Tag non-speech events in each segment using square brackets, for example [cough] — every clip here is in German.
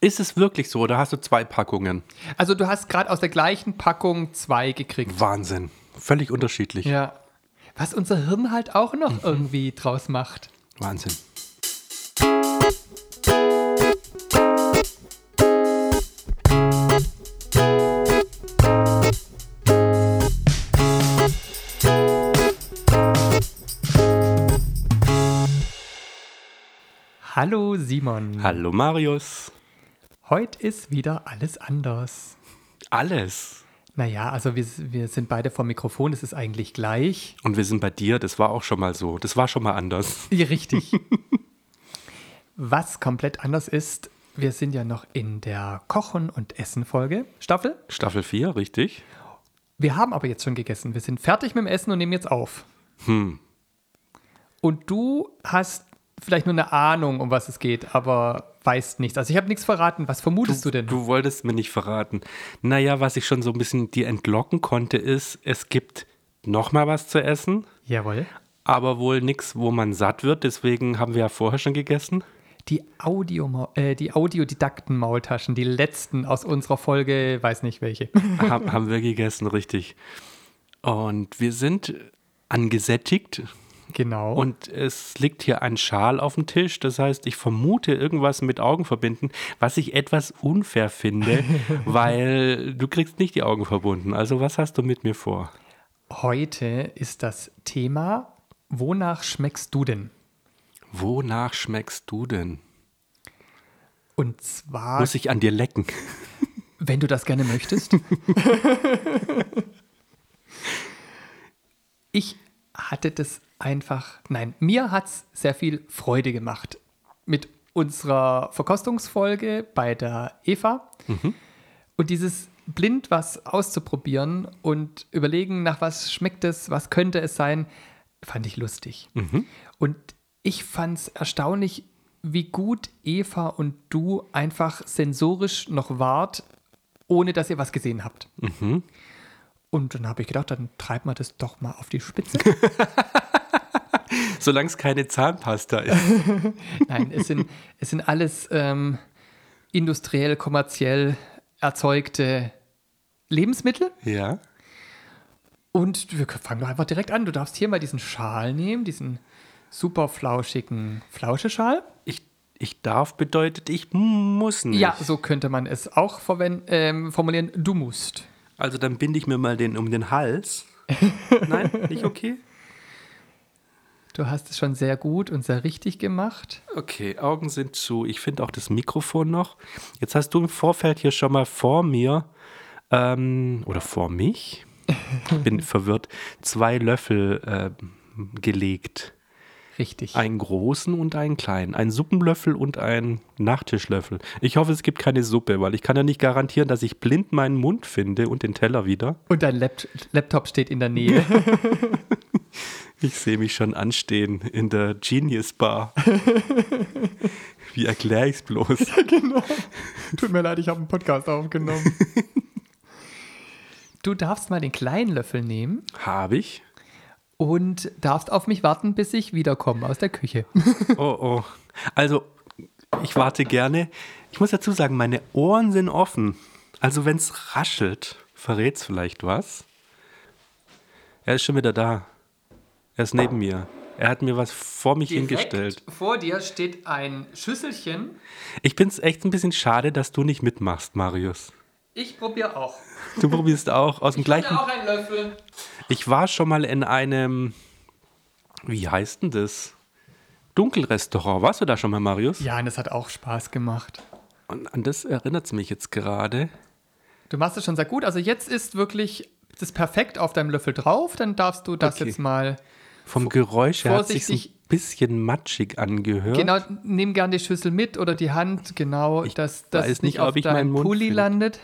Ist es wirklich so? Da hast du zwei Packungen. Also du hast gerade aus der gleichen Packung zwei gekriegt. Wahnsinn. Völlig unterschiedlich. Ja. Was unser Hirn halt auch noch irgendwie draus macht. Wahnsinn. Hallo Simon. Hallo Marius. Heute ist wieder alles anders. Alles. Naja, also wir, wir sind beide vor Mikrofon, es ist eigentlich gleich. Und wir sind bei dir, das war auch schon mal so. Das war schon mal anders. Ja, Richtig. [laughs] Was komplett anders ist, wir sind ja noch in der Kochen- und Essen-Folge, Staffel. Staffel 4, richtig? Wir haben aber jetzt schon gegessen. Wir sind fertig mit dem Essen und nehmen jetzt auf. Hm. Und du hast vielleicht nur eine Ahnung, um was es geht, aber weißt nichts. Also ich habe nichts verraten. Was vermutest du, denn? Du wolltest mir nicht verraten. Naja, was ich schon so ein bisschen dir entlocken konnte, ist, es gibt nochmal was zu essen, Jawohl. aber wohl nichts, wo man satt wird. Deswegen haben wir ja vorher schon [laughs] gegessen. Die, Audio, äh, die Audiodidakten-Maultaschen, die letzten aus unserer Folge, weiß [laughs] nicht welche. haben, haben wir gegessen, richtig. Und wir sind angesättigt Genau. und es liegt hier ein Schal auf dem Tisch. Das heißt, ich vermute irgendwas mit Augen verbinden, was ich etwas unfair finde, weil du kriegst nicht die Augen verbunden. Also was hast du mit mir vor? heute ist das Thema, wonach schmeckst du denn? Wonach schmeckst du denn? Und zwar, Muss ich an dir lecken? [laughs] wenn du das gerne möchtest. ich hatte das einfach, nein, mir hat es sehr viel Freude gemacht mit unserer Verkostungsfolge bei der Eva. Und dieses blind was auszuprobieren und überlegen, nach was schmeckt es, was könnte es sein, fand ich lustig. Und ich fand es erstaunlich, wie gut Eva und du einfach sensorisch noch wart, ohne dass ihr was gesehen habt. Und dann habe ich gedacht, dann treibt man das doch mal auf die Spitze. Solange es keine Zahnpasta ist. Nein, es sind, es sind alles ähm, industriell, kommerziell erzeugte Lebensmittel. ja. Und wir fangen doch einfach direkt an. Du darfst hier mal diesen Schal nehmen, diesen super flauschigen Flauscheschal. Ich, ich darf bedeutet, ich muss nicht. Ja, so könnte man es auch verwen- ähm, formulieren. Du musst. Also dann binde ich mir mal den um den Hals. Nein, nicht okay? Du hast es schon sehr gut und sehr richtig gemacht. Okay, Augen sind zu. Ich finde auch das Mikrofon noch. Jetzt hast du im Vorfeld hier schon mal vor mir ähm, oder vor mich, bin verwirrt, zwei Löffel ähm, gelegt. Richtig. Einen großen und einen kleinen. Einen Suppenlöffel und einen Nachtischlöffel. Ich hoffe, es gibt keine Suppe, weil ich kann ja nicht garantieren, dass ich blind meinen Mund finde und den Teller wieder. Und dein Lapt Laptop steht in der Nähe. Ich sehe mich schon anstehen in der Genius Bar. Wie erkläre ich es bloß? Tut mir leid, ich habe einen Podcast aufgenommen. Du darfst mal den kleinen Löffel nehmen Habe ich? und darfst auf mich warten, bis ich wiederkomme aus der Küche. Oh, oh. Also, ich warte gerne. Ich muss dazu sagen, meine Ohren sind offen. Also, wenn es raschelt, verrät es vielleicht was. Er ist schon wieder da. Er ist neben mir. Er hat mir was vor mich hingestellt. Vor dir steht ein Schüsselchen. Ich bin es echt ein bisschen schade, dass du nicht mitmachst, Marius. Ich probiere auch. Du probierst auch aus dem gleichen. einen Löffel. Ich war schon mal in einem. Wie heißt denn das? Dunkelrestaurant. Warst du da schon mal, Marius? Ja, und es hat auch Spaß gemacht. Und an das erinnert es mich jetzt gerade. Du machst es schon sehr gut. Also jetzt ist wirklich das perfekt auf deinem Löffel drauf. Dann darfst du das Okay. jetzt mal. Vom Geräusch her hat sich ein vorsichtig- bisschen matschig angehört. Genau, nimm gern die Schüssel mit oder die Hand. Genau, dass das weiß nicht, nicht, auf ob ich meinen deinem Mund Pulli find. [laughs] landet.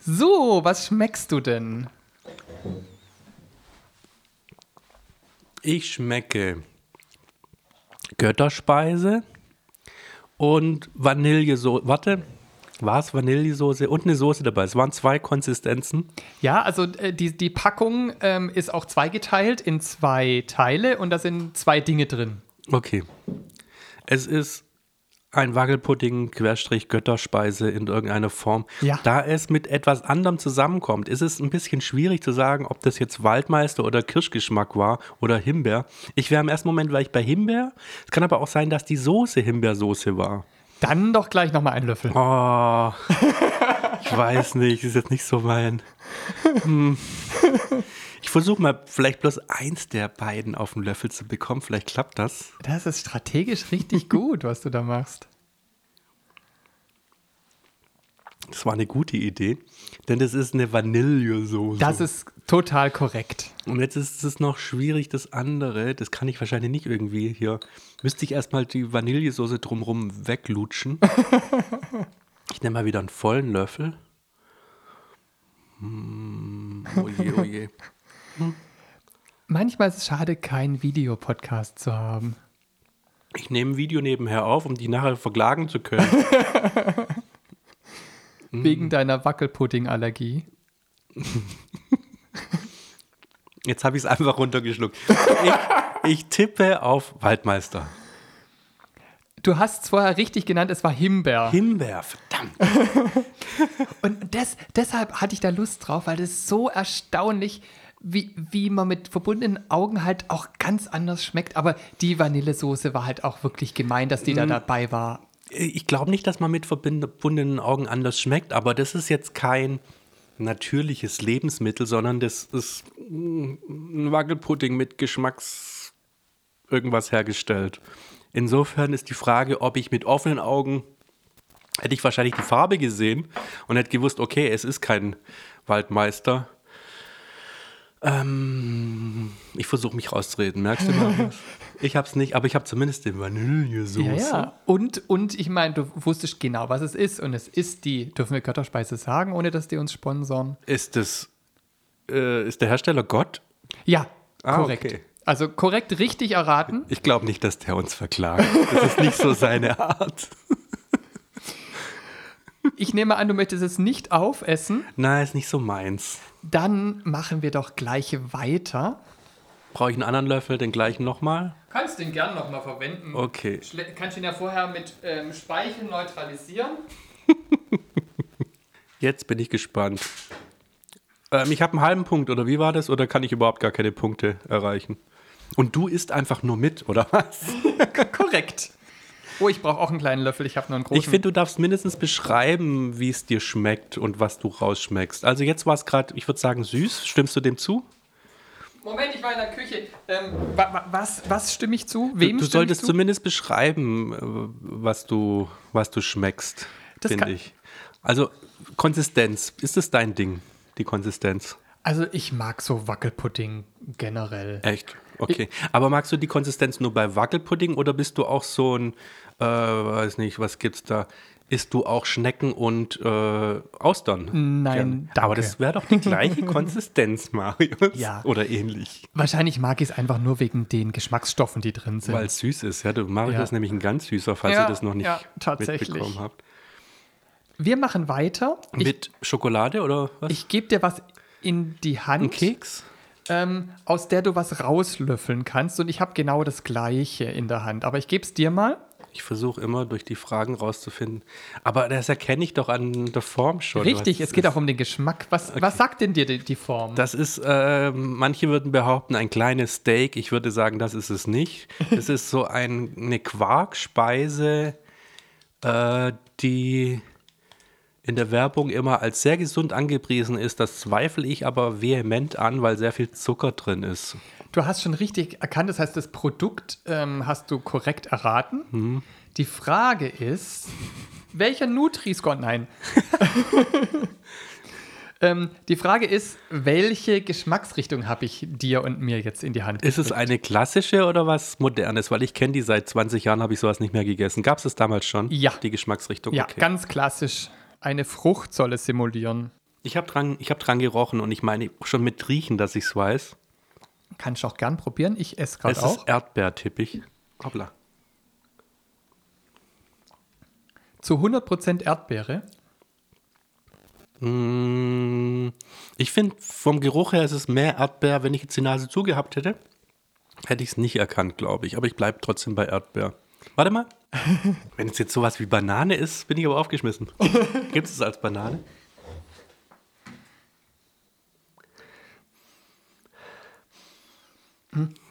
so, was schmeckst du denn? Ich schmecke Götterspeise und Vanillesoße. Warte, war es Vanillesoße und eine Soße dabei? Es waren zwei Konsistenzen. Ja, also äh, die, die Packung ähm, ist auch zweigeteilt in zwei Teile und da sind zwei Dinge drin. Okay. es ist ein Wackelpudding, Querstrich, Götterspeise in irgendeiner Form. Ja. Da es mit etwas anderem zusammenkommt, ist es ein bisschen schwierig zu sagen, ob das jetzt Waldmeister oder Kirschgeschmack war oder Himbeer. Ich wäre im ersten Moment gleich bei Himbeer. Es kann aber auch sein, dass die Soße Himbeersoße war. Dann doch gleich nochmal einen Löffel. Oh, ich weiß nicht, ist jetzt nicht so mein. Hm. Ich versuche mal vielleicht bloß eins der beiden auf den Löffel zu bekommen, vielleicht klappt das. Das ist strategisch [laughs] richtig gut, was du da machst. Das war eine gute Idee, denn das ist eine Vanillesoße. Das ist total korrekt. Und jetzt ist es noch schwierig, das andere, das kann ich wahrscheinlich nicht irgendwie hier. Müsste ich erstmal die Vanillesoße drumrum weglutschen. ich nehme mal wieder einen vollen Löffel. Mm, oh je, oh je. Manchmal ist es schade, keinen Videopodcast zu haben. Ich nehme ein Video nebenher auf, um die nachher verklagen zu können. Wegen deiner Wackelpudding-Allergie. Jetzt habe ich es einfach runtergeschluckt. Ich, ich tippe auf Waldmeister. Du hast es vorher richtig genannt, es war Himbeer. Himbeer, verdammt. Und des, deshalb hatte ich da Lust drauf, weil das ist so erstaunlich, wie, wie man mit verbundenen Augen halt auch ganz anders schmeckt. Aber die Vanillesoße war halt auch wirklich gemein, dass die da dabei war. Ich glaube nicht, dass man mit verbundenen Augen anders schmeckt, aber das ist jetzt kein natürliches Lebensmittel, sondern das ist mm, ein Wackelpudding mit Geschmacks irgendwas hergestellt. Insofern ist die Frage, ob ich mit offenen Augen hätte ich wahrscheinlich die Farbe gesehen und hätte gewusst, okay, es ist kein Waldmeister. Ähm, ich versuche mich rauszureden, merkst du [laughs] mal? ich hab's nicht, aber ich habe zumindest den Vanillesoße. Ja, ja. Und, und ich meine, du wusstest genau, was es ist. Und es ist die, dürfen wir Götterspeise sagen, ohne dass die uns sponsoren? Ist das, äh, ist der Hersteller Gott? Ja, Ah, korrekt. okay. Also korrekt richtig erraten. Ich glaube nicht, dass der uns verklagt. Das ist nicht so seine Art. Ich nehme an, du möchtest es nicht aufessen. Nein, ist nicht so meins. Dann machen wir doch gleich weiter. Brauche ich einen anderen Löffel, den gleichen nochmal? Kannst den gern nochmal verwenden. Okay. Schle- Kannst ihn ja vorher mit ähm, Speichel neutralisieren. Jetzt bin ich gespannt. Ähm, ich habe einen halben Punkt, oder wie war das? Oder kann ich überhaupt gar keine Punkte erreichen? Und du isst einfach nur mit, oder was? [laughs] Korrekt. Oh, ich brauche auch einen kleinen Löffel. Ich habe nur einen großen. Ich finde, du darfst mindestens beschreiben, wie es dir schmeckt und was du rausschmeckst. Also jetzt war es gerade, ich würde sagen, süß. Stimmst du dem zu? Moment, ich war in der Küche. Ähm, wa wa was, was stimme ich zu? Wem Du stimme solltest ich zu? zumindest beschreiben, äh, was du, was du schmeckst, Das finde kann- ich. Also Konsistenz, ist das dein Ding, die Konsistenz? Also ich mag so Wackelpudding generell. Echt? Okay. Aber magst du die Konsistenz nur bei Wackelpudding oder bist du auch so ein, äh, weiß nicht, was gibt's da? Isst du auch Schnecken und äh, Austern? Nein, danke. Aber das wäre doch die gleiche Konsistenz, [laughs] Marius. Ja. Oder ähnlich. Wahrscheinlich mag ich es einfach nur wegen den Geschmacksstoffen, die drin sind. Weil es süß ist. Ja, du, Mario Ja. ist nämlich ein ganz süßer, falls Ja, ihr das noch nicht ja, tatsächlich. mitbekommen habt. Wir machen weiter. Ich, Mit Schokolade oder was? ich gebe dir was in die Hand, Ein Keks? ähm, aus der du was rauslöffeln kannst. Und ich habe genau das Gleiche in der Hand. Aber ich gebe es dir mal. Ich versuche immer durch die Fragen rauszufinden. Aber das erkenne ich doch an der Form schon. Richtig, was es geht ist. auch um den Geschmack. Was, was sagt denn dir die, die Form? Das ist, äh, manche würden behaupten, ein kleines Steak. Ich würde sagen, das ist es [laughs] nicht. Es ist so ein, eine Quarkspeise, äh, die in der Werbung immer als sehr gesund angepriesen ist. Das zweifle ich aber vehement an, weil sehr viel Zucker drin ist. Du hast schon richtig erkannt, das heißt, das Produkt ähm, hast du korrekt erraten. Hm. Die Frage ist, welcher Nutri-Score? Nein. [laughs] ähm, die Frage ist, welche Geschmacksrichtung habe ich dir und mir jetzt in die Hand? Ist es eine klassische oder was Modernes? Weil ich kenne die seit 20 Jahren, habe ich sowas nicht mehr gegessen. Gab es das damals schon? Ja. Die Geschmacksrichtung? ja, Okay. ganz klassisch. Eine Frucht soll es simulieren. Ich habe dran, ich hab dran gerochen und ich meine schon mit Riechen, dass ich es weiß. Kannst du auch gern probieren. Ich esse gerade es auch. ist Erdbeertippich. Hoppla. Zu 100% Erdbeere. Mm, Ich finde, vom Geruch her ist es mehr Erdbeer. Wenn ich jetzt die Nase zugehabt hätte, hätte ich es nicht erkannt, glaube ich. Aber ich bleibe trotzdem bei Erdbeer. Warte mal. Wenn es jetzt sowas wie Banane ist, bin ich aber aufgeschmissen. Gibt es es als Banane?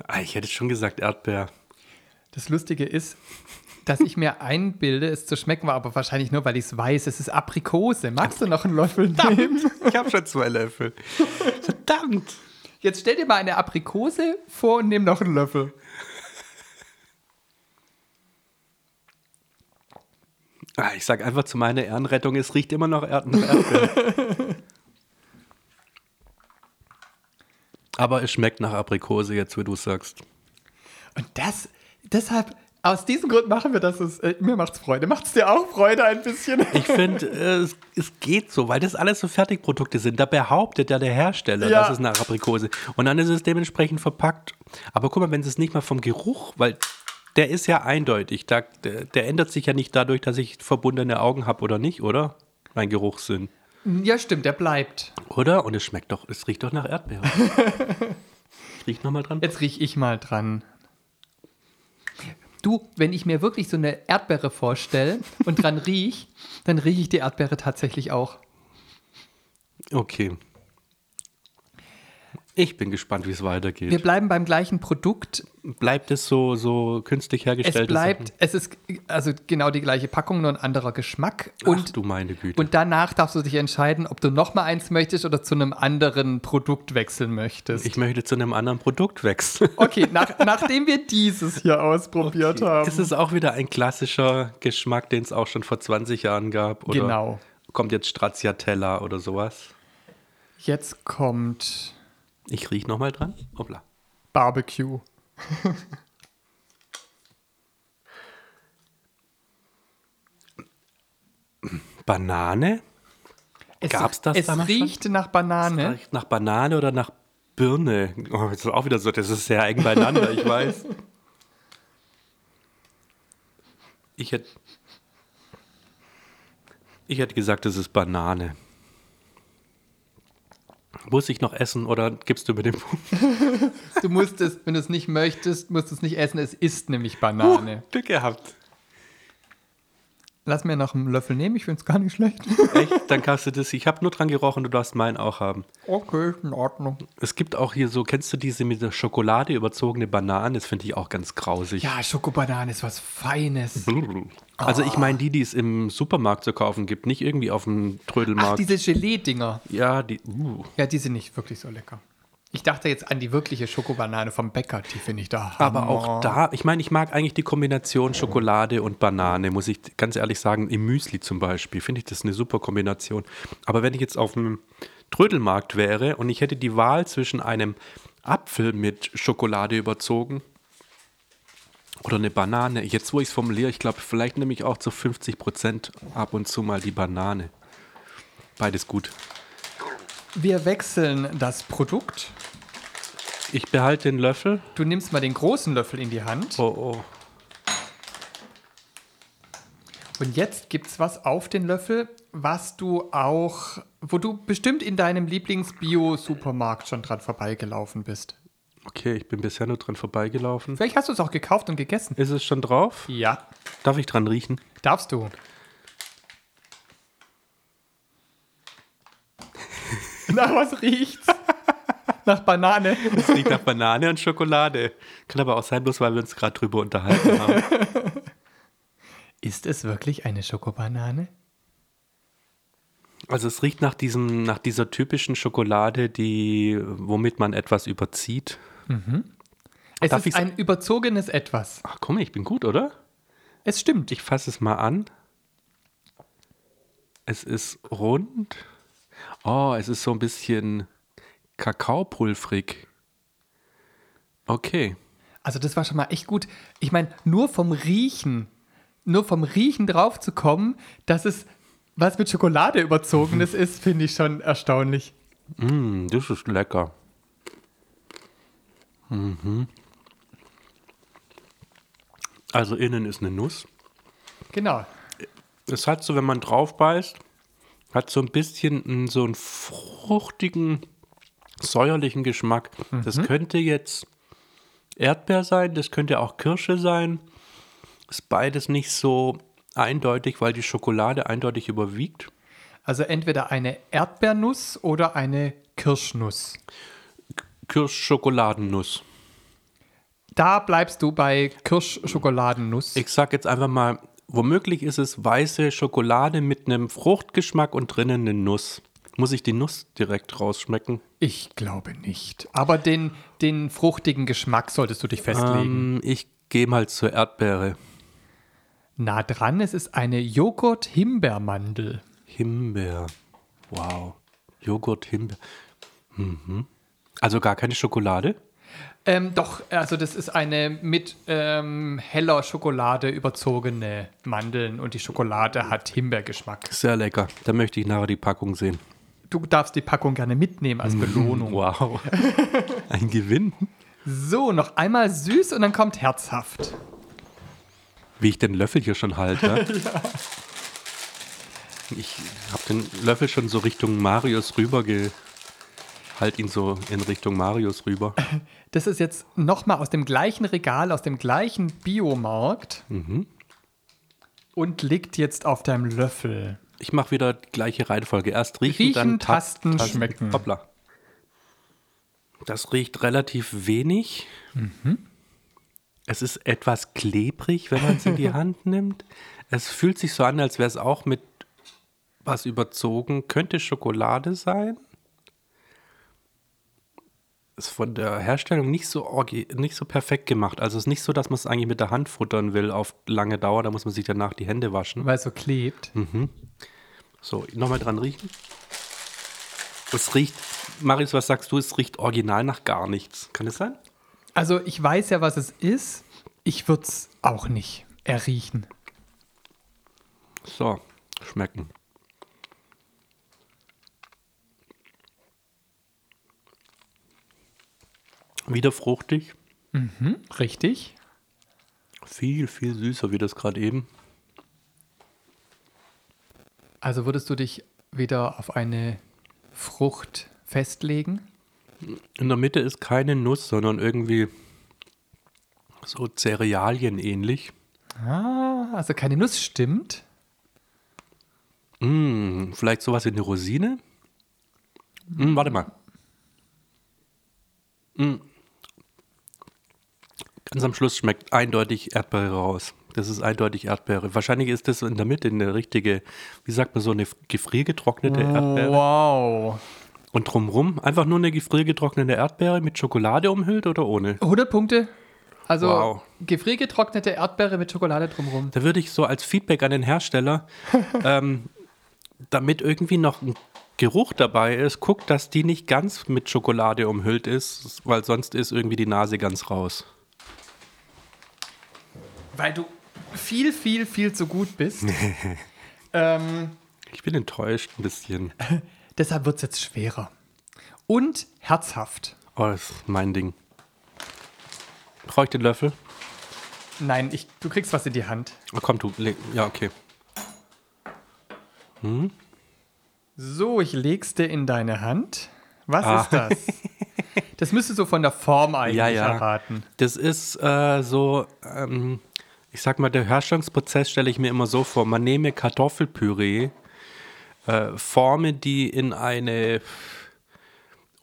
Ah, ich hätte schon gesagt Erdbeer. Das Lustige ist, dass ich mir einbilde, es zu schmecken war, aber wahrscheinlich nur, weil ich es weiß. Es ist Aprikose. Magst du noch einen Löffel nehmen? Ich habe schon zwei Löffel. Verdammt. Jetzt stell dir mal eine Aprikose vor und nimm noch einen Löffel. Ah, ich sag einfach zu meiner Ehrenrettung, es riecht immer noch Erd nach Erdbeer. [laughs] aber es schmeckt nach Aprikose jetzt, wie du sagst. Und das, deshalb, aus diesem Grund machen wir das. Es, äh, mir macht's Freude. Macht's dir auch Freude ein bisschen? Ich finde, äh, es, es geht so, weil das alles so Fertigprodukte sind. Da behauptet ja der Hersteller, Ja. das ist nach Aprikose. Und dann ist es dementsprechend verpackt. Aber guck mal, wenn es nicht mal vom Geruch, weil der ist ja eindeutig. Da, der, der ändert sich ja nicht dadurch, dass ich verbundene Augen habe oder nicht, oder? Mein Geruchssinn. Ja, stimmt, der bleibt. Oder? Und es schmeckt doch, es riecht doch nach [laughs] Erdbeer. Riecht nochmal dran. Jetzt riech ich mal dran. Du, wenn ich mir wirklich so eine Erdbeere vorstelle und dran riech, dann rieche ich die Erdbeere tatsächlich auch. Okay. Ich bin gespannt, wie es weitergeht. Wir bleiben beim gleichen Produkt. bleibt es so, so künstlich hergestellt? Es bleibt, es ist also genau die gleiche Packung, nur ein anderer Geschmack. Ach Und, du meine Güte. und danach darfst du dich entscheiden, ob du nochmal eins möchtest oder zu einem anderen Produkt wechseln möchtest. ich möchte zu einem anderen Produkt wechseln. okay, nach, nachdem wir dieses hier ausprobiert haben. Das ist auch wieder ein klassischer Geschmack, den es auch schon vor 20 Jahren gab. Oder Genau. Kommt jetzt Stracciatella oder sowas. Jetzt kommt Ich rieche nochmal dran. Hoppla. Barbecue. Banane? Es, Gab's das es damals schon? riecht nach Banane. Riecht Nach Banane oder nach Birne? Oh, das ist auch wieder so, das ist sehr eng beieinander, ich weiß. Ich hätte. Ich hätte gesagt, das ist Banane. Muss ich noch essen oder gibst du mir den Punkt? Du musst es, wenn du es nicht möchtest, musst du es nicht essen. Es ist nämlich Banane. [laughs] Glück gehabt. Lass mir noch einen Löffel nehmen, ich finde es gar nicht schlecht. Echt? Dann kannst du das. Ich habe nur dran gerochen, du darfst meinen auch haben. Okay, in Ordnung. Es gibt auch hier so, kennst du diese mit der Schokolade überzogene Banane? Das finde ich auch ganz grausig. Ja, Schokobanane ist was Feines. Also ich meine die, die es im Supermarkt zu kaufen gibt, nicht irgendwie auf dem Ach, Trödelmarkt. diese Gelee-Dinger. ja, die. Uh. Ja, die sind nicht wirklich so lecker. Ich dachte jetzt an die wirkliche Schokobanane vom Bäcker, die finde ich da. Aber auch da, ich meine, ich mag eigentlich die Kombination Schokolade und Banane, muss ich ganz ehrlich sagen, im Müsli zum Beispiel, finde ich das eine super Kombination. Aber wenn ich jetzt auf dem Trödelmarkt wäre und ich hätte die Wahl zwischen einem Apfel mit Schokolade überzogen oder eine Banane, jetzt wo ich es formuliere, ich glaube, vielleicht nehme ich auch zu 50 Prozent ab und zu mal die Banane. Beides gut. Wir wechseln das Produkt. Ich behalte den Löffel. Du nimmst mal den großen Löffel in die Hand. Oh, oh. Und jetzt gibt's was auf den Löffel, was du auch, wo du bestimmt in deinem Lieblings-Bio-Supermarkt schon dran vorbeigelaufen bist. Okay, ich bin bisher nur dran vorbeigelaufen. Vielleicht hast du es auch gekauft und gegessen. Ist es schon drauf? Ja, Darf ich dran riechen? darfst du. [laughs] Nach was riecht's? [laughs] Nach Banane. Es riecht nach Banane und Schokolade. Kann aber auch sein, bloß weil wir uns gerade drüber unterhalten haben. Ist es wirklich eine Schokobanane? Also es riecht nach diesem, nach dieser typischen Schokolade, die, womit man etwas überzieht. Es Darf ist ich's- ein überzogenes Etwas. Ach komm, ich bin gut, oder? Es stimmt. Ich fasse es mal an. Es ist rund. Oh, es ist so ein bisschen kakaopulfrig. Okay. Also das war schon mal echt gut. Ich meine, nur vom Riechen, nur vom Riechen drauf zu kommen, dass es was mit Schokolade [laughs] überzogenes ist, finde ich schon erstaunlich. Mm, das ist lecker. Mhm. Also innen ist eine Nuss. Genau. Es hat so, wenn man drauf beißt, hat so ein bisschen mm, so einen fruchtigen, säuerlichen Geschmack. Das könnte jetzt Erdbeer sein, das könnte auch Kirsche sein. Ist beides nicht so eindeutig, weil die Schokolade eindeutig überwiegt. Also entweder eine Erdbeernuss oder eine Kirschnuss. Kirschschokoladennuss. Da bleibst du bei Kirschschokoladennuss. Ich sag jetzt einfach mal, womöglich ist es weiße Schokolade mit einem Fruchtgeschmack und drinnen eine Nuss. Muss ich die Nuss direkt rausschmecken? Ich glaube nicht. Ah. Aber den, den fruchtigen Geschmack solltest du dich festlegen. Ähm, ich gehe mal zur Erdbeere. Na dran, es ist eine Joghurt-Himbeermandel. Himbeer. Wow. Joghurt, Himbeer. Mhm. Also gar keine Schokolade? Ähm, doch, also das ist eine mit ähm, heller Schokolade überzogene Mandeln und die Schokolade hat Himbeergeschmack. Sehr lecker. Da möchte ich nachher die Packung sehen. Du darfst die Packung gerne mitnehmen als Belohnung. [laughs] Wow. Ein Gewinn. So, noch einmal süß und dann kommt herzhaft. Wie ich den Löffel hier schon halte. Ich habe den Löffel schon so Richtung Marius rüber ge... Halt ihn so in Richtung Marius rüber. Das ist jetzt nochmal aus dem gleichen Regal, aus dem gleichen Biomarkt und liegt jetzt auf deinem Löffel. Ich mache wieder die gleiche Reihenfolge. Erst riechen, Riechen, dann ta- tasten, schmecken. Hoppla. Das riecht relativ wenig. Mhm. Es ist etwas klebrig, wenn man es in [laughs] die Hand nimmt. Es fühlt sich so an, als wäre es auch mit was überzogen. Könnte Schokolade sein. Ist von der Herstellung nicht so, orgi- nicht so perfekt gemacht. Also es ist nicht so, dass man es eigentlich mit der Hand futtern will auf lange Dauer. Da muss man sich danach die Hände waschen. Weil es so klebt. So, nochmal dran riechen. Es riecht, Marius, was sagst du? Es riecht original nach gar nichts. Kann es sein? Also ich weiß ja, was es ist. Ich würde es auch nicht erriechen. So, schmecken. Wieder fruchtig. Richtig? Viel, viel süßer wie das gerade eben. Also würdest du dich wieder auf eine Frucht festlegen? In der Mitte ist keine Nuss, sondern irgendwie so Cerealien ähnlich. Ah, also keine Nuss stimmt. Hm, vielleicht sowas wie eine Rosine? Hm, warte mal. Hm. Ganz am Schluss schmeckt eindeutig Erdbeere raus. Das ist eindeutig Erdbeere. Wahrscheinlich ist das in der Mitte eine richtige, wie sagt man so, eine gefriergetrocknete Erdbeere. Wow. Und drumrum einfach nur eine gefriergetrocknete Erdbeere mit Schokolade umhüllt oder ohne? 100 Punkte. Also Wow. gefriergetrocknete Erdbeere mit Schokolade drumherum. Da würde ich so als Feedback an den Hersteller, ähm, damit irgendwie noch ein Geruch dabei ist, guckt, dass die nicht ganz mit Schokolade umhüllt ist, weil sonst ist irgendwie die Nase ganz raus. Weil du viel, viel, viel zu gut bist. [laughs] ähm, Ich bin enttäuscht ein bisschen. deshalb wird es jetzt schwerer. Und herzhaft. Oh, das ist mein Ding. Brauche ich den Löffel? Nein, ich, du kriegst was in die Hand. Oh, komm, du. leg- Ja, okay. So, ich leg's dir in deine Hand. Was [laughs] ist das? Das müsste so von der Form eigentlich Ah. Ja, ja. erraten. Das ist äh, so, ähm, ich sag mal, der Herstellungsprozess stelle ich mir immer so vor. Man nehme Kartoffelpüree, äh, forme die in eine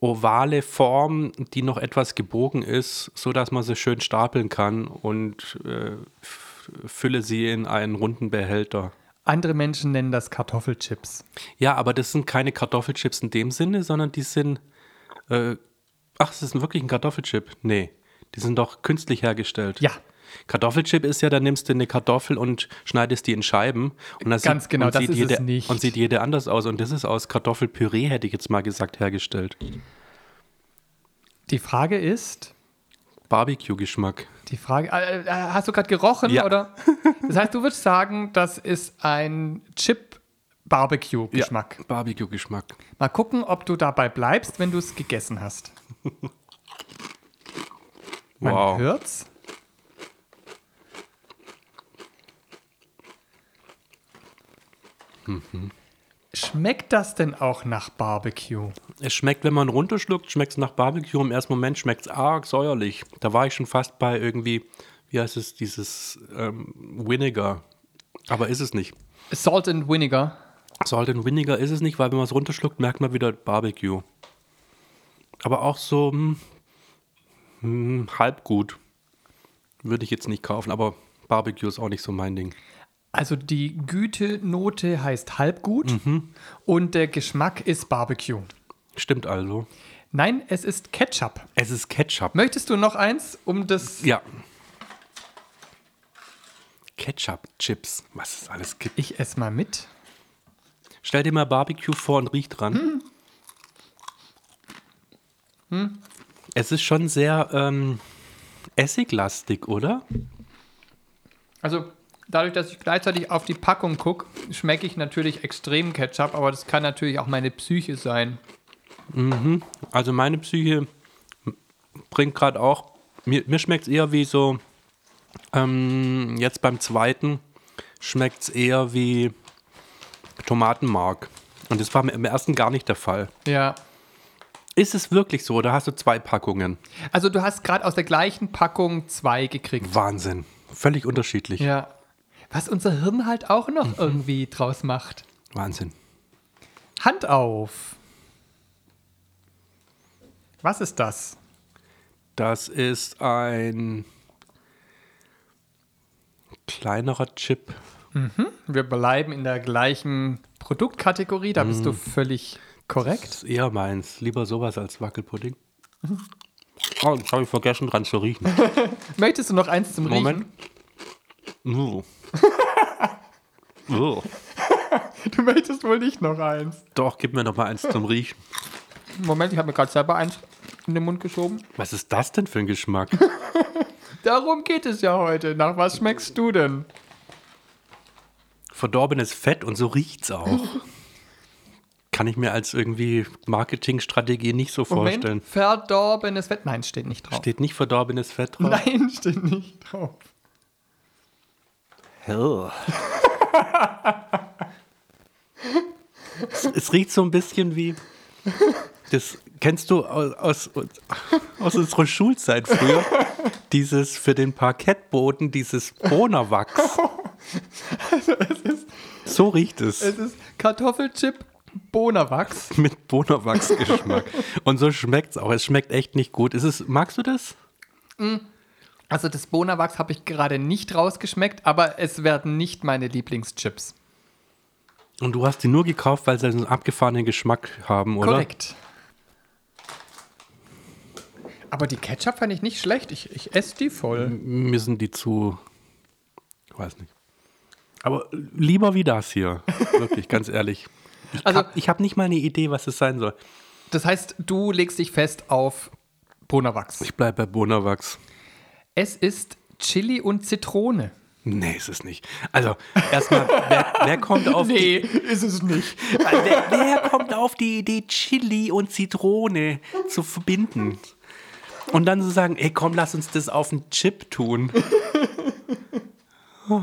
ovale Form, die noch etwas gebogen ist, so dass man sie schön stapeln kann und äh, f- fülle sie in einen runden Behälter. Andere Menschen nennen das Kartoffelchips. Ja, aber das sind keine Kartoffelchips in dem Sinne, sondern die sind. Äh, ach, es ist wirklich ein Kartoffelchip. Nee, die sind doch künstlich hergestellt. Ja. Kartoffelchip ist ja, da nimmst du eine Kartoffel und schneidest die in Scheiben. Und das Ganz genau, und das sieht ist es jede, nicht. Und sieht jede anders aus. Und das ist aus Kartoffelpüree, hätte ich jetzt mal gesagt, hergestellt. Die Frage ist, Barbecue-Geschmack. die Frage, äh, äh, hast du gerade gerochen Ja. [laughs] oder? Das heißt, du würdest sagen, das ist ein Chip Barbecue Geschmack. Ja, Barbecue-Geschmack. Mal gucken, ob du dabei bleibst, wenn du es gegessen hast. Man Wow. hört's. Mhm. Schmeckt das denn auch nach Barbecue? Es schmeckt, wenn man runterschluckt, schmeckt es nach Barbecue. Im ersten Moment schmeckt es arg säuerlich. Da war ich schon fast bei irgendwie, wie ja, es ist dieses ähm, Vinegar. Aber ist es nicht. Salt and Vinegar. Salt and Vinegar ist es nicht, weil wenn man es runterschluckt, merkt man wieder Barbecue. Aber auch so hm, hm, halb gut. Würde ich jetzt nicht kaufen, aber Barbecue ist auch nicht so mein Ding. Also die Gütenote heißt halbgut und der Geschmack ist Barbecue. Stimmt also. Nein, es ist Ketchup. Es ist Ketchup. Möchtest du noch eins, um das Ja. Ketchup-Chips. Was es alles gibt. Ich esse mal mit. Stell dir mal Barbecue vor und riech dran. Es ist schon sehr ähm, essiglastig, oder? Also dadurch, dass ich gleichzeitig auf die Packung gucke, schmecke ich natürlich extrem Ketchup, aber das kann natürlich auch meine Psyche sein. Also meine Psyche bringt gerade auch, mir, mir schmeckt es eher wie so, ähm, jetzt beim zweiten schmeckt es eher wie Tomatenmark. Und das war im- im ersten gar nicht der Fall. Ja. Ist es wirklich so? Da hast du zwei Packungen. Also du hast gerade aus der gleichen Packung zwei gekriegt. Wahnsinn. Völlig unterschiedlich. Ja. Was unser Hirn halt auch noch irgendwie draus macht. Wahnsinn. Hand auf. Was ist das? Das ist ein kleinerer Chip. Wir bleiben in der gleichen Produktkategorie, da bist du völlig korrekt. Das ist eher meins. Lieber sowas als Wackelpudding. Mhm. Oh, jetzt habe ich vergessen, dran zu riechen. [laughs] Möchtest du noch eins zum Moment. Uh. Uh. Riechen? [laughs] Du möchtest wohl nicht noch eins. Doch, gib mir noch mal eins zum Riechen. Moment, ich habe mir gerade selber eins in den Mund geschoben. Was ist das denn für ein Geschmack? Darum geht es ja heute. Nach was schmeckst du denn? Verdorbenes Fett und so riecht's auch. Kann ich mir als irgendwie Marketingstrategie nicht so vorstellen. Moment, verdorbenes Fett. Nein, steht nicht drauf. Steht nicht verdorbenes Fett drauf? Nein, [laughs] steht nicht drauf. Hell. es, es riecht so ein bisschen wie. Das kennst du aus, aus, aus unserer Schulzeit früher. Dieses für den Parkettboden, dieses Bohnerwachs. So riecht es. Es ist Kartoffelchip Bonawachs. Mit Bohnerwachsgeschmack. Und so schmeckt es auch. Es schmeckt echt nicht gut. Ist es, magst du das? Also das Bonawachs habe ich gerade nicht rausgeschmeckt, aber es werden nicht meine Lieblingschips. Und du hast die nur gekauft, weil sie so einen abgefahrenen Geschmack haben, oder? Korrekt. Aber die Ketchup fand ich nicht schlecht. Ich, ich esse die voll. mir sind die zu. Ich weiß nicht. Aber lieber wie das [laughs] hier. Wirklich, ganz ehrlich. Also Hab, ich habe nicht mal eine Idee, was es sein soll. das heißt, du legst dich fest auf Bonawachs. Ich bleibe bei Bonawachs. Es ist Chili und Zitrone. Nee, ist es nicht. Also, erstmal, wer, wer kommt [laughs] auf die. ist es nicht. Wer, wer kommt auf die Idee, Chili und Zitrone zu verbinden? Und dann zu sagen, ey komm, lass uns das auf einen Chip [laughs] tun. Oh.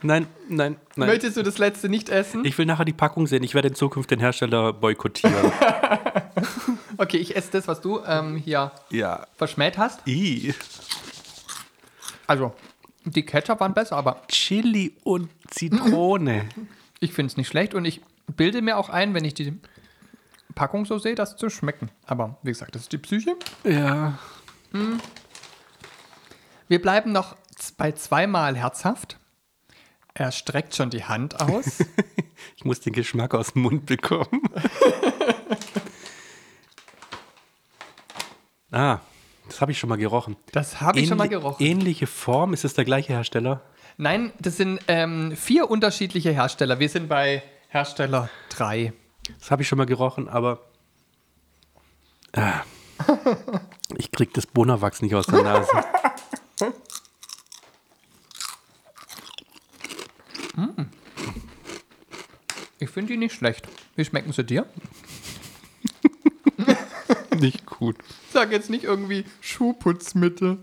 Nein, nein, nein. Möchtest du das letzte nicht essen? Ich will nachher die Packung sehen. Ich werde in Zukunft den Hersteller [laughs] boykottieren. okay, ich esse das, was du ähm, hier ja. verschmäht hast. I. Also, die Ketchup waren besser, aber Chili und Zitrone. ich finde es nicht schlecht und ich bilde mir auch ein, wenn ich die Packung so sehe, das zu schmecken. Aber wie gesagt, das ist die Psyche. ja. Wir bleiben noch z- bei zweimal herzhaft. Er streckt schon die Hand [laughs] aus. Ich muss den Geschmack aus dem Mund [laughs] bekommen. ah, das habe ich schon mal gerochen. Das habe ich schon mal Ähnli- gerochen. Ähnliche Form. Ist es der gleiche Hersteller? Nein, das sind ähm, vier unterschiedliche Hersteller. Wir sind bei Hersteller 3. Das habe ich schon mal gerochen, aber. [laughs] Ah. Ich krieg das Bonawachs nicht aus der [laughs] Nase. Ich finde die nicht schlecht. Wie schmecken sie dir? nicht gut. Sag jetzt nicht irgendwie Schuhputzmittel.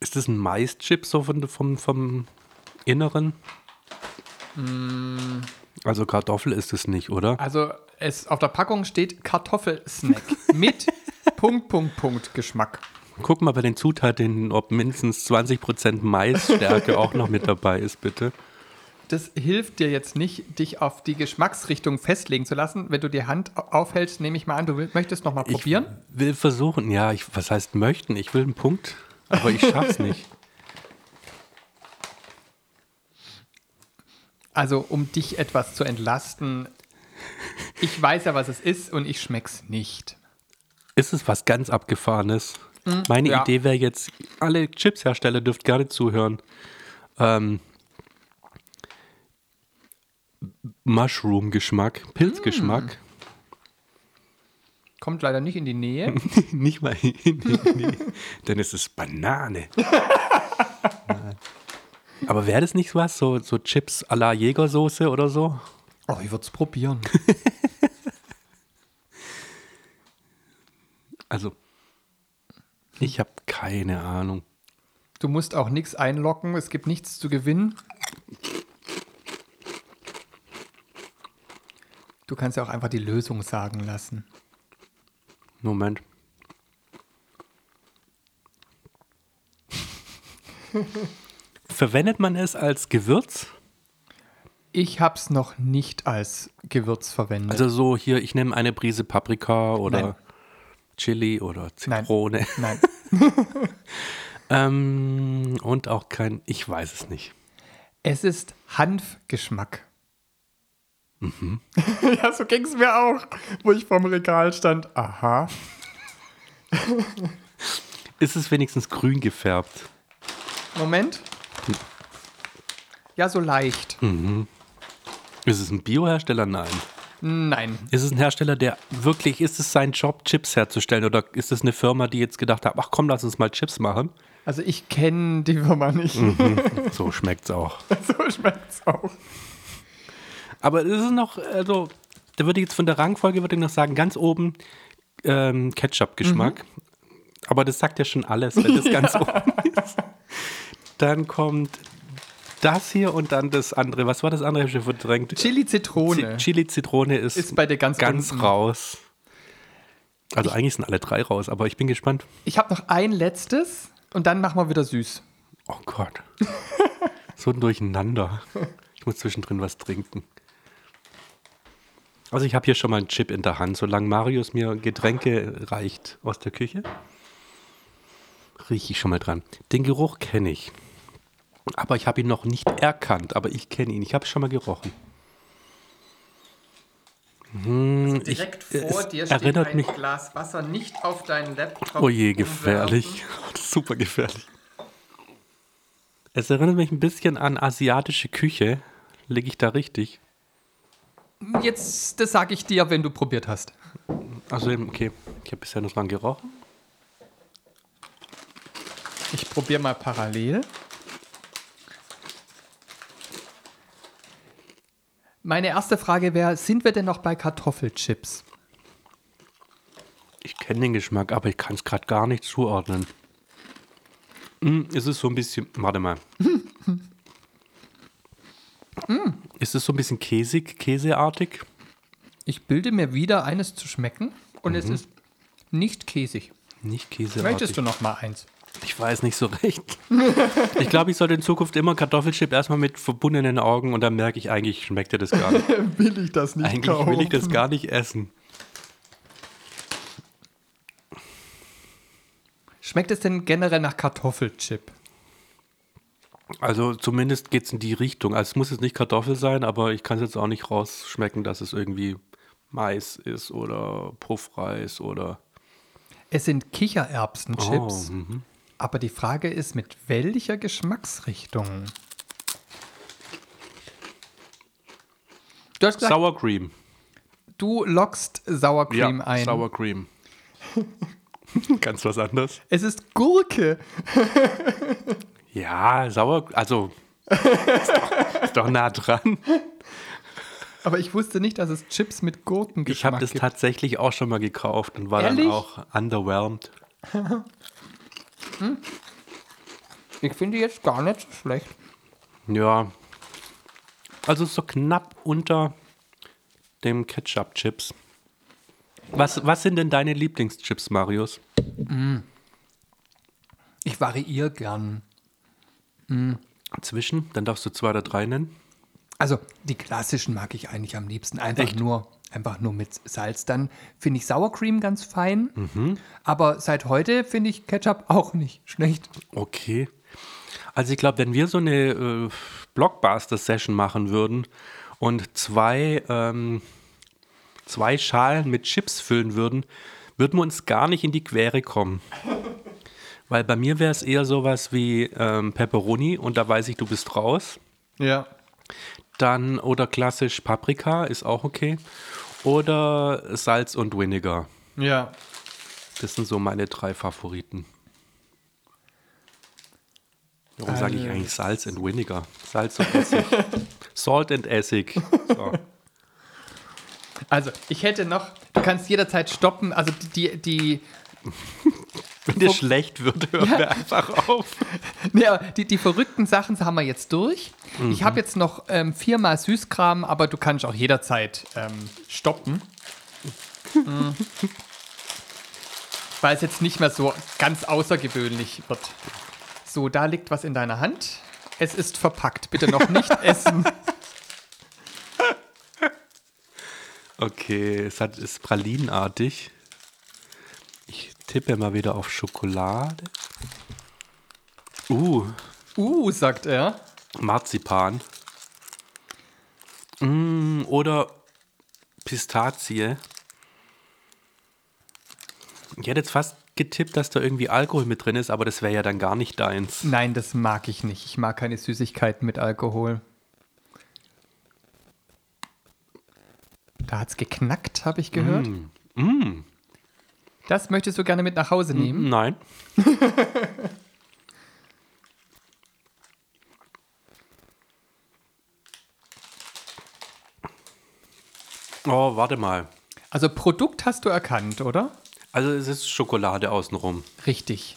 Ist das ein Maischip so von, vom, vom Inneren? Also Kartoffel ist es nicht, oder? Also es auf der Packung steht Kartoffelsnack [laughs] mit Punkt, Punkt, Punkt Geschmack. Guck mal bei den Zutaten, ob mindestens 20% Maisstärke auch noch mit dabei ist, bitte. Das hilft dir jetzt nicht, dich auf die Geschmacksrichtung festlegen zu lassen. Wenn du die Hand au- aufhältst, nehme ich mal an, du will- möchtest noch mal probieren. Ich will versuchen, ja, ich, was heißt möchten? Ich will einen Punkt, aber ich schaff's nicht. Also um dich etwas zu entlasten. Ich weiß ja, was es ist und ich schmeck's nicht. Ist es was ganz Abgefahrenes? Meine ja. Idee wäre jetzt, alle Chipshersteller dürft gerne zuhören. Ähm, Mushroom-Geschmack, Pilzgeschmack. Kommt leider nicht in die [laughs] Nähe. [laughs] Nicht mal hin. Nee. Denn es ist Banane. [laughs] Aber wäre das nicht was? So, so Chips à la Jägersoße oder so? Oh, ich würde es probieren. Also, ich habe keine Ahnung. Du musst auch nichts einlocken, es gibt nichts zu gewinnen. Du kannst ja auch einfach die Lösung sagen lassen. Moment. [laughs] Verwendet man es als Gewürz? Ich habe es noch nicht als Gewürz verwendet. Also so hier, ich nehme eine Prise Paprika oder Nein. Chili oder Nein. Zitrone. Nein. Ähm, und auch kein, ich weiß es nicht. Es ist Hanfgeschmack. Mhm. [laughs] ja, so ging es mir auch, wo ich vorm Regal stand. Aha. Ist es wenigstens grün gefärbt? Moment. Ja, so leicht. Hm. Ist es ein Biohersteller? Nein. Nein. Ist es ein Hersteller, der wirklich, ist es sein Job, Chips herzustellen? Oder ist es eine Firma, die jetzt gedacht hat, ach komm, lass uns mal Chips machen? Also ich kenne die Firma nicht. Mhm. So schmeckt's auch. [laughs] so schmeckt's auch. Aber es ist noch, also, da würde ich jetzt von der Rangfolge würde ich noch sagen, ganz oben ähm, Ketchup-Geschmack. Mhm. Aber das sagt ja schon alles, wenn das [laughs] ganz oben ist. Dann kommt das hier und dann das andere. Was war das andere? Ich hab schon verdrängt. Chili Zi- Zitrone. Chili-Zitrone ist, Ist bei dir ganz ganz unten. raus. Also eigentlich sind alle drei raus, aber ich bin gespannt. Ich habe noch ein letztes und dann machen wir wieder süß. Oh Gott. [laughs] so ein Durcheinander. Ich muss zwischendrin was trinken. Also ich habe hier schon mal einen Chip in der Hand, solange Marius mir Getränke reicht aus der Küche. Rieche ich schon mal dran. Den Geruch kenne ich. Aber ich habe ihn noch nicht erkannt, aber ich kenne ihn. Ich habe es schon mal gerochen. Hm, ich- es erinnert mich. Glas Wasser nicht auf deinen Laptop. Oh je, gefährlich. [laughs] Super gefährlich. Es erinnert mich ein bisschen an asiatische Küche. Liege ich da richtig? Jetzt, das sage ich dir, wenn du probiert hast. Also, eben, okay. Ich habe bisher nur dran gerochen. Ich probiere mal parallel. Meine erste Frage wäre, sind wir denn noch bei Kartoffelchips? Ich kenne den Geschmack, aber ich kann es gerade gar nicht zuordnen. Hm, es ist so ein bisschen. Warte mal. Mm. Ist es so ein bisschen käsig, käseartig? Ich bilde mir wieder eines zu schmecken und es Mhm. ist nicht käsig. Nicht käseartig. Möchtest du noch mal eins? Ich weiß nicht so recht. [laughs] Ich glaube, ich sollte in Zukunft immer Kartoffelchip erstmal mit verbundenen Augen und dann merke ich, eigentlich schmeckt dir das gar [laughs] nicht. Will ich das nicht Eigentlich will ich das gar nicht essen. Schmeckt es denn generell nach Kartoffelchip? Also zumindest geht es in die Richtung. Also es muss jetzt nicht Kartoffel sein, aber ich kann es jetzt auch nicht rausschmecken, dass es irgendwie Mais ist oder Puffreis oder. Es sind Kichererbsenchips, Oh, mhm. aber die Frage ist, mit welcher Geschmacksrichtung? Du hast gesagt, Sour Cream. du lockst Sour Cream ein. Sour Cream. [laughs] Ganz was anderes. Es ist Gurke. Ja, Sour. Also. Ist doch, ist doch nah dran. Aber ich wusste nicht, dass es Chips mit Ich habe Gurkengeschmack das gibt. tatsächlich auch schon mal gekauft und war Ehrlich? dann auch underwhelmed. Ich finde die jetzt gar nicht so schlecht. Ja. Also so knapp unter dem Ketchup-Chips. Was, was sind denn deine Lieblingschips, Marius? Ich variiere gern. Zwischen? Dann darfst du zwei oder drei nennen. Also die klassischen mag ich eigentlich am liebsten. Einfach nur, einfach nur mit Salz. Dann finde ich Sour Cream ganz fein. Mhm. Aber seit heute finde ich Ketchup auch nicht schlecht. Okay. Also ich glaube, wenn wir so eine äh, Blockbuster-Session machen würden und zwei, ähm, zwei Schalen mit Chips füllen würden, würden wir uns gar nicht in die Quere kommen. Weil bei mir wäre es eher sowas wie ähm, Pepperoni und da weiß ich, du bist raus. Ja. Dann oder klassisch Paprika ist auch okay. Oder Salz und Vinegar. Ja. Das sind so meine drei Favoriten. Warum sage ich eigentlich Salz und Vinegar? Salz und Essig. Salt and Essig. So. Also ich hätte noch, du kannst jederzeit stoppen. Also die, die, Wenn dir schlecht wird, hören wir einfach auf. Ja, die, die verrückten Sachen haben wir jetzt durch. Ich habe jetzt noch ähm, viermal Süßkram, aber du kannst auch jederzeit ähm, stoppen. Mm. Weil es jetzt nicht mehr so ganz außergewöhnlich wird. So, da liegt was in deiner Hand. Es ist verpackt. Bitte noch nicht essen. Okay, es hat, ist pralinenartig. Ich tippe mal wieder auf Schokolade. Uh, Uh, sagt er. Marzipan. Mm, oder Pistazie. Ich hätte jetzt fast getippt, dass da irgendwie Alkohol mit drin ist, aber das wäre ja dann gar nicht deins. Nein, das mag ich nicht. Ich mag keine Süßigkeiten mit Alkohol. Da hat's geknackt, habe ich gehört. Das möchtest du gerne mit nach Hause nehmen. Nein. [laughs] oh, warte mal. Also Produkt hast du erkannt, oder? Also es ist Schokolade außenrum. Richtig.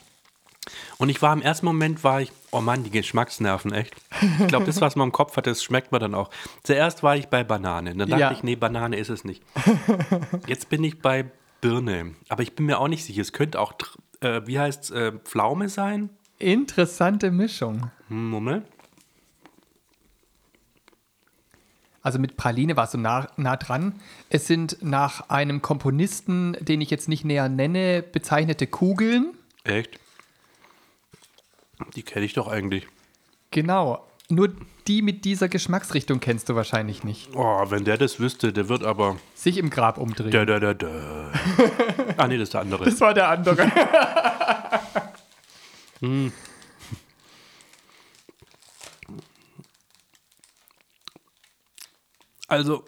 Und ich war im ersten Moment, war ich, oh Mann, die Geschmacksnerven, echt. Ich glaube, das, was man im Kopf hat, das schmeckt man dann auch. Zuerst war ich bei Banane. Dann dachte Ja. ich, nee, Banane ist es nicht. Jetzt bin ich bei Birne. Aber ich bin mir auch nicht sicher. Es könnte auch, tr- äh, wie heißt es, äh, Pflaume sein? Interessante Mischung. Hm, Moment. Also mit Praline war es so nah, nah dran. Es sind nach einem Komponisten, den ich jetzt nicht näher nenne, bezeichnete Kugeln. Echt? Die kenne ich doch eigentlich. Genau. Nur die mit dieser Geschmacksrichtung kennst du wahrscheinlich nicht. Oh, wenn der das wüsste, der wird aber. Sich im Grab umdrehen. Da, da, da, da. ah, nee, das ist der andere. Das war der andere. Also,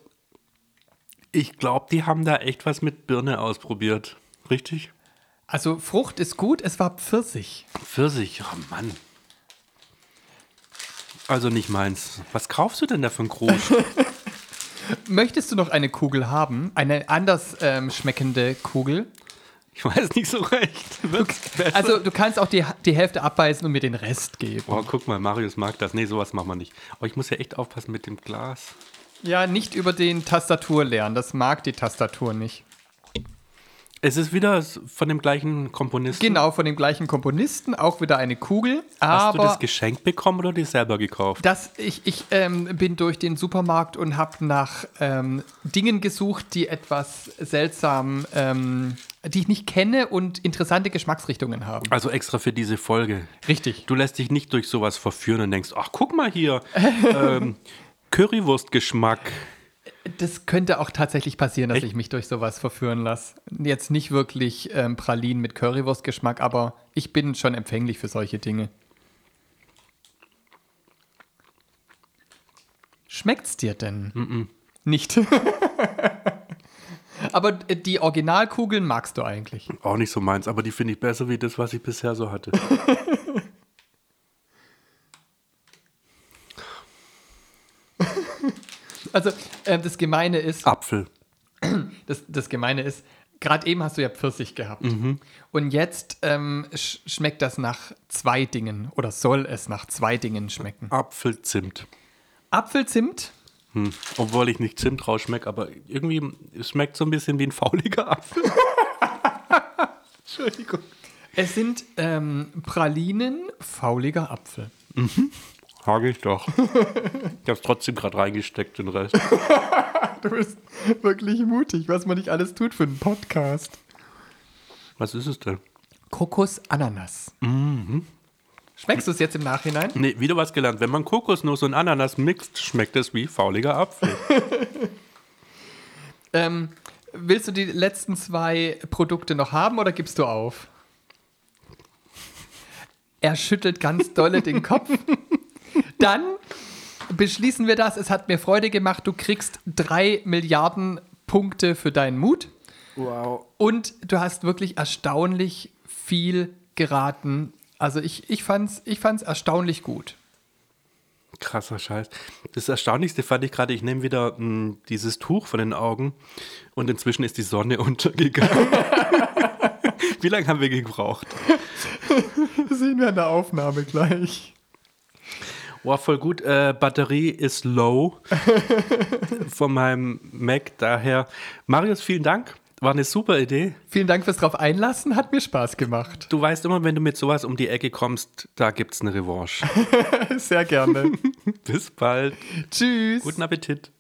ich glaube, die haben da echt was mit Birne ausprobiert. Richtig? Also Frucht ist gut, es war Pfirsich. Pfirsich, oh Mann. Also nicht meins. Was kaufst du denn da für ein Grosch? [laughs] Möchtest du noch eine Kugel haben? Eine anders ähm, schmeckende Kugel? Ich weiß nicht so recht. Wird's besser? Also du kannst auch die, die Hälfte abbeißen und mir den Rest geben. oh, guck mal, Marius mag das. Nee, sowas machen wir nicht. Aber ich muss ja echt aufpassen mit dem Glas. Ja, nicht über den Tastatur lernen. Das mag die Tastatur nicht. Es ist wieder von dem gleichen Komponisten. Genau, von dem gleichen Komponisten auch wieder eine Kugel. Hast Aber du das geschenkt bekommen oder dir selber gekauft? Das, ich ich ähm, bin durch den Supermarkt und habe nach ähm, Dingen gesucht, die etwas seltsam, ähm, die ich nicht kenne und interessante Geschmacksrichtungen haben. Also extra für diese Folge. Richtig. Du lässt dich nicht durch sowas verführen und denkst, ach, guck mal hier, ähm, Currywurstgeschmack. Das könnte auch tatsächlich passieren, dass Echt? ich mich durch sowas verführen lasse. Jetzt nicht wirklich ähm, Pralinen mit Currywurstgeschmack, aber ich bin schon empfänglich für solche Dinge. Schmeckt's dir denn? Nicht. [laughs] aber äh, die Originalkugeln magst du eigentlich. Auch nicht so meins, aber die finde ich besser wie das, was ich bisher so hatte. Also ähm, das Gemeine ist, Apfel. das, das Gemeine ist, gerade eben hast du ja Pfirsich gehabt. Und jetzt ähm, sch schmeckt das nach zwei Dingen oder soll es nach zwei Dingen schmecken. Apfelzimt. Apfelzimt Obwohl ich nicht Zimt rausschmecke, aber irgendwie schmeckt so ein bisschen wie ein fauliger Apfel. Entschuldigung. Es sind ähm, Pralinen fauliger Apfel. Hage ich doch. [laughs] ich hab's trotzdem gerade reingesteckt, den Rest. Du bist wirklich mutig, was man nicht alles tut für einen Podcast. Was ist es denn? Kokos-Ananas. Mhm. Schmeckst du es jetzt im Nachhinein? Nee, wieder was gelernt. Wenn man Kokosnuss und Ananas mixt, schmeckt es wie fauliger Apfel. Ähm, willst du die letzten zwei Produkte noch haben oder gibst du auf? Er schüttelt ganz dolle [laughs] den Kopf. Dann beschließen wir das. Es hat mir Freude gemacht. Du kriegst drei Milliarden Punkte für deinen Mut. Wow. Und du hast wirklich erstaunlich viel geraten. Also ich, ich fand es ich fand's erstaunlich gut. Krasser Scheiß. Das Erstaunlichste fand ich gerade, ich nehme wieder mh, dieses Tuch von den Augen und inzwischen ist die Sonne [laughs] untergegangen. Wie lange haben wir gebraucht? Das sehen wir in der Aufnahme gleich. Boah, voll gut. Äh, Batterie ist [laughs] low von meinem Mac. Daher, Marius, vielen Dank. War eine super Idee. Vielen Dank fürs drauf einlassen. Hat mir Spaß gemacht. Du weißt immer, wenn du mit sowas um die Ecke kommst, da [laughs] gibt's eine Revanche. Sehr gerne. Bis bald. [laughs] Tschüss. Guten Appetit.